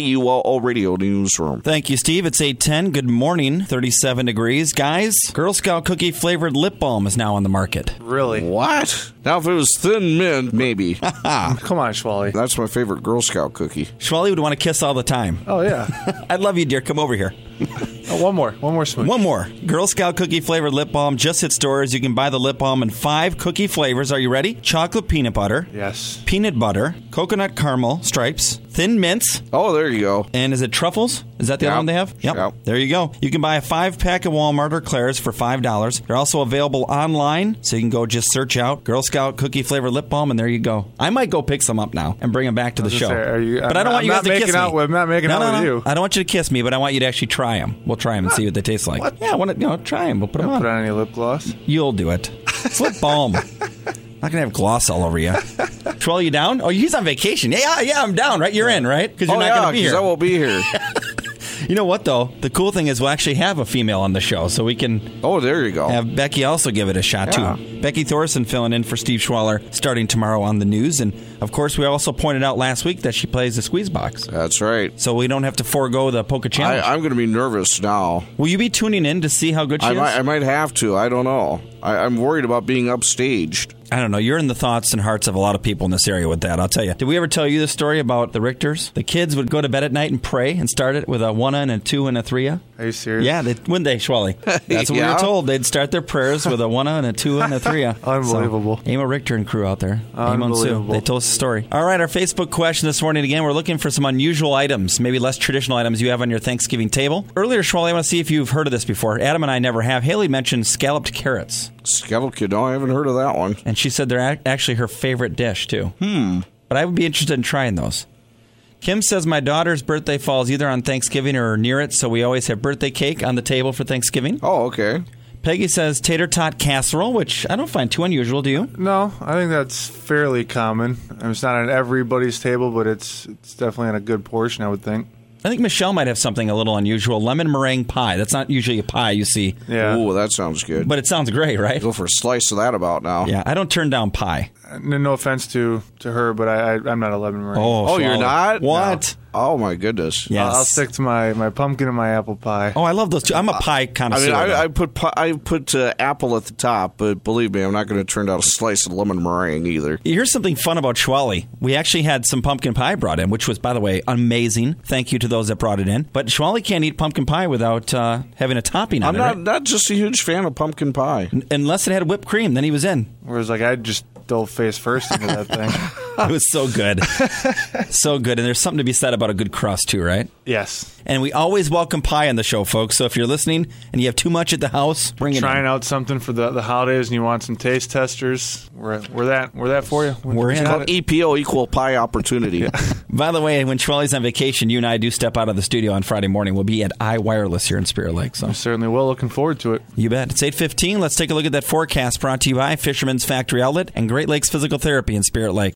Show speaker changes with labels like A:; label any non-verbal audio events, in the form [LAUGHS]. A: KUOO Radio Newsroom.
B: Thank you, Steve. It's 810. Good morning. 37 degrees. Guys, Girl Scout cookie flavored lip balm is now on the market.
C: Really?
A: What? Now, if it was Thin Mint,
B: [LAUGHS]
A: maybe.
C: Come on, Schwally.
A: That's my favorite Girl Scout cookie.
B: Schwally would want to kiss all the time.
C: Oh yeah.
B: I love you, dear. Come over here.
C: Oh, one more. One more smooch.
B: One more. Girl Scout cookie flavored lip balm just hit stores. You can buy the lip balm in five cookie flavors. Are you ready? Chocolate peanut butter,
C: Yes.
B: peanut butter, coconut caramel stripes, thin mints,
A: Oh, there you go.
B: and is it truffles? Is that the
A: Yeah.
B: other one they have?
A: Yeah.
B: There you go. You can buy a five pack at Walmart or Claire's for five dollars. They're also available online, so you can go just search out Girl Scout cookie flavored lip balm, and there you go. I might go pick some up now and bring them back to the
C: just
B: show.
C: saying, are you-
B: but I don't
C: I'm
B: want you
C: not
B: guys to
C: making
B: kiss
C: out
B: me.
C: with- I'm not making
B: no,
C: out
B: no,
C: with
B: no.
C: you.
B: I don't want you to kiss me, but I want you to actually try them. We'll try them and see what they taste like. Yeah, I want to, you know, try them. We'll put them on.
C: Put on any lip gloss.
B: You'll do it. It's lip
C: [LAUGHS]
B: balm. Not gonna have gloss all over you. Twirl you down? Oh, he's on vacation. Yeah, yeah, I'm down. Right, you're in, right? Because you're
A: oh,
B: not
A: yeah,
B: gonna be
A: 'cause
B: here.
A: I will be
B: [LAUGHS]
A: here.
B: You know what though? The cool thing is we'll actually have a female on the show, so we can
A: oh, there you go.
B: have Becky also give it a shot
A: Yeah.
B: too. Becky Thorson filling in for Steve Schwaller starting tomorrow on the news, and of course we also pointed out last week that she plays the squeeze box,
A: That's right.
B: so we don't have to forego the poker
A: I,
B: challenge.
A: I'm going to be nervous now.
B: Will you be tuning in to see how good she
A: I
B: is?
A: might, I might have to. I don't know. I, I'm worried about being upstaged.
B: I don't know. You're in the thoughts and hearts of a lot of people in this area with that. I'll tell you. Did we ever tell you the story about the Richters? The kids would go to bed at night and pray and start it with a one and a two and a three.
C: Are you serious?
B: Yeah, they, wouldn't they,
C: [LAUGHS]
B: Schwally? That's what we
A: Yeah.
B: were told. They'd start their prayers with a one and a two and a three.
C: [LAUGHS] Unbelievable.
B: So, Amo Richter and crew out there. Amo and Sue.
C: Unbelievable.
B: They told us the story. All right, our Facebook question this morning again. We're looking for some unusual items, maybe less traditional items you have on your Thanksgiving table. Earlier, Schwally, I want to see if you've heard of this before. Adam and I never have. Haley mentioned scalloped carrots.
A: Skeletal kid. No, I haven't heard of that one.
B: And she said they're ac- actually her favorite dish, too. Hmm. But I would be interested in trying those. Kim says my daughter's birthday falls either on Thanksgiving or near it, so we always have birthday cake on the table for Thanksgiving.
A: Oh, okay.
B: Peggy says tater tot casserole, which I don't find too unusual, do you?
C: No, I think that's fairly common. I mean, it's not on everybody's table, but it's it's definitely on a good portion, I would think.
B: I think Michelle might have something a little unusual. Lemon meringue pie. That's not usually a pie you see,
C: Yeah.
A: Ooh, that sounds good.
B: but it sounds great, right?
A: Go for a slice of that about now.
B: Yeah, I don't turn down pie.
C: No, no offense to to her, but I, I I'm not a lemon meringue.
A: Oh, you're
B: swallow.
A: not?
B: What?
A: Oh my goodness.
B: Yeah.
C: I'll, I'll
B: yes.
C: stick to my my pumpkin and my apple pie.
B: Oh, I love those two. I'm a pie
A: I
B: connoisseur.
A: mean,
B: though.
A: I, I put pu- I put uh, apple at the top, but believe me, I'm not going to turn out a slice of lemon meringue either.
B: Here's something fun about Schwally. We actually had some pumpkin pie brought in, which was, by the way, amazing. Thank you to those that brought it in. But Schwally can't eat pumpkin pie without uh, having a topping
A: I'm
B: on it,
A: not
B: right?
A: not just a huge fan of pumpkin pie.
B: unless it had whipped cream. Then he
A: [LAUGHS]
B: was in.
C: Whereas like I just dove face first into
B: [LAUGHS]
C: that thing.
B: It was so
A: [LAUGHS]
B: good, so good. And there's something to be said about a good crust too, right?
C: Yes.
B: And we always welcome pie on the show, folks. So if you're listening and you have too much at the house, bring it.
C: Trying
B: in.
C: out something for the, the holidays and you want some taste testers, we're, we're that we're that for you.
B: We're in.
C: got it.
A: EPO E equal pie opportunity.
B: By the way, when Schwally's on vacation, you and I do step out of the studio on Friday morning. We'll be at I Wireless here in Spirit Lake. So
C: Certainly will. Looking forward to it.
B: You bet. It's 815. Let's take a look at that forecast brought to you by Fisherman's Factory Outlet and Great Lakes Physical Therapy in Spirit Lake.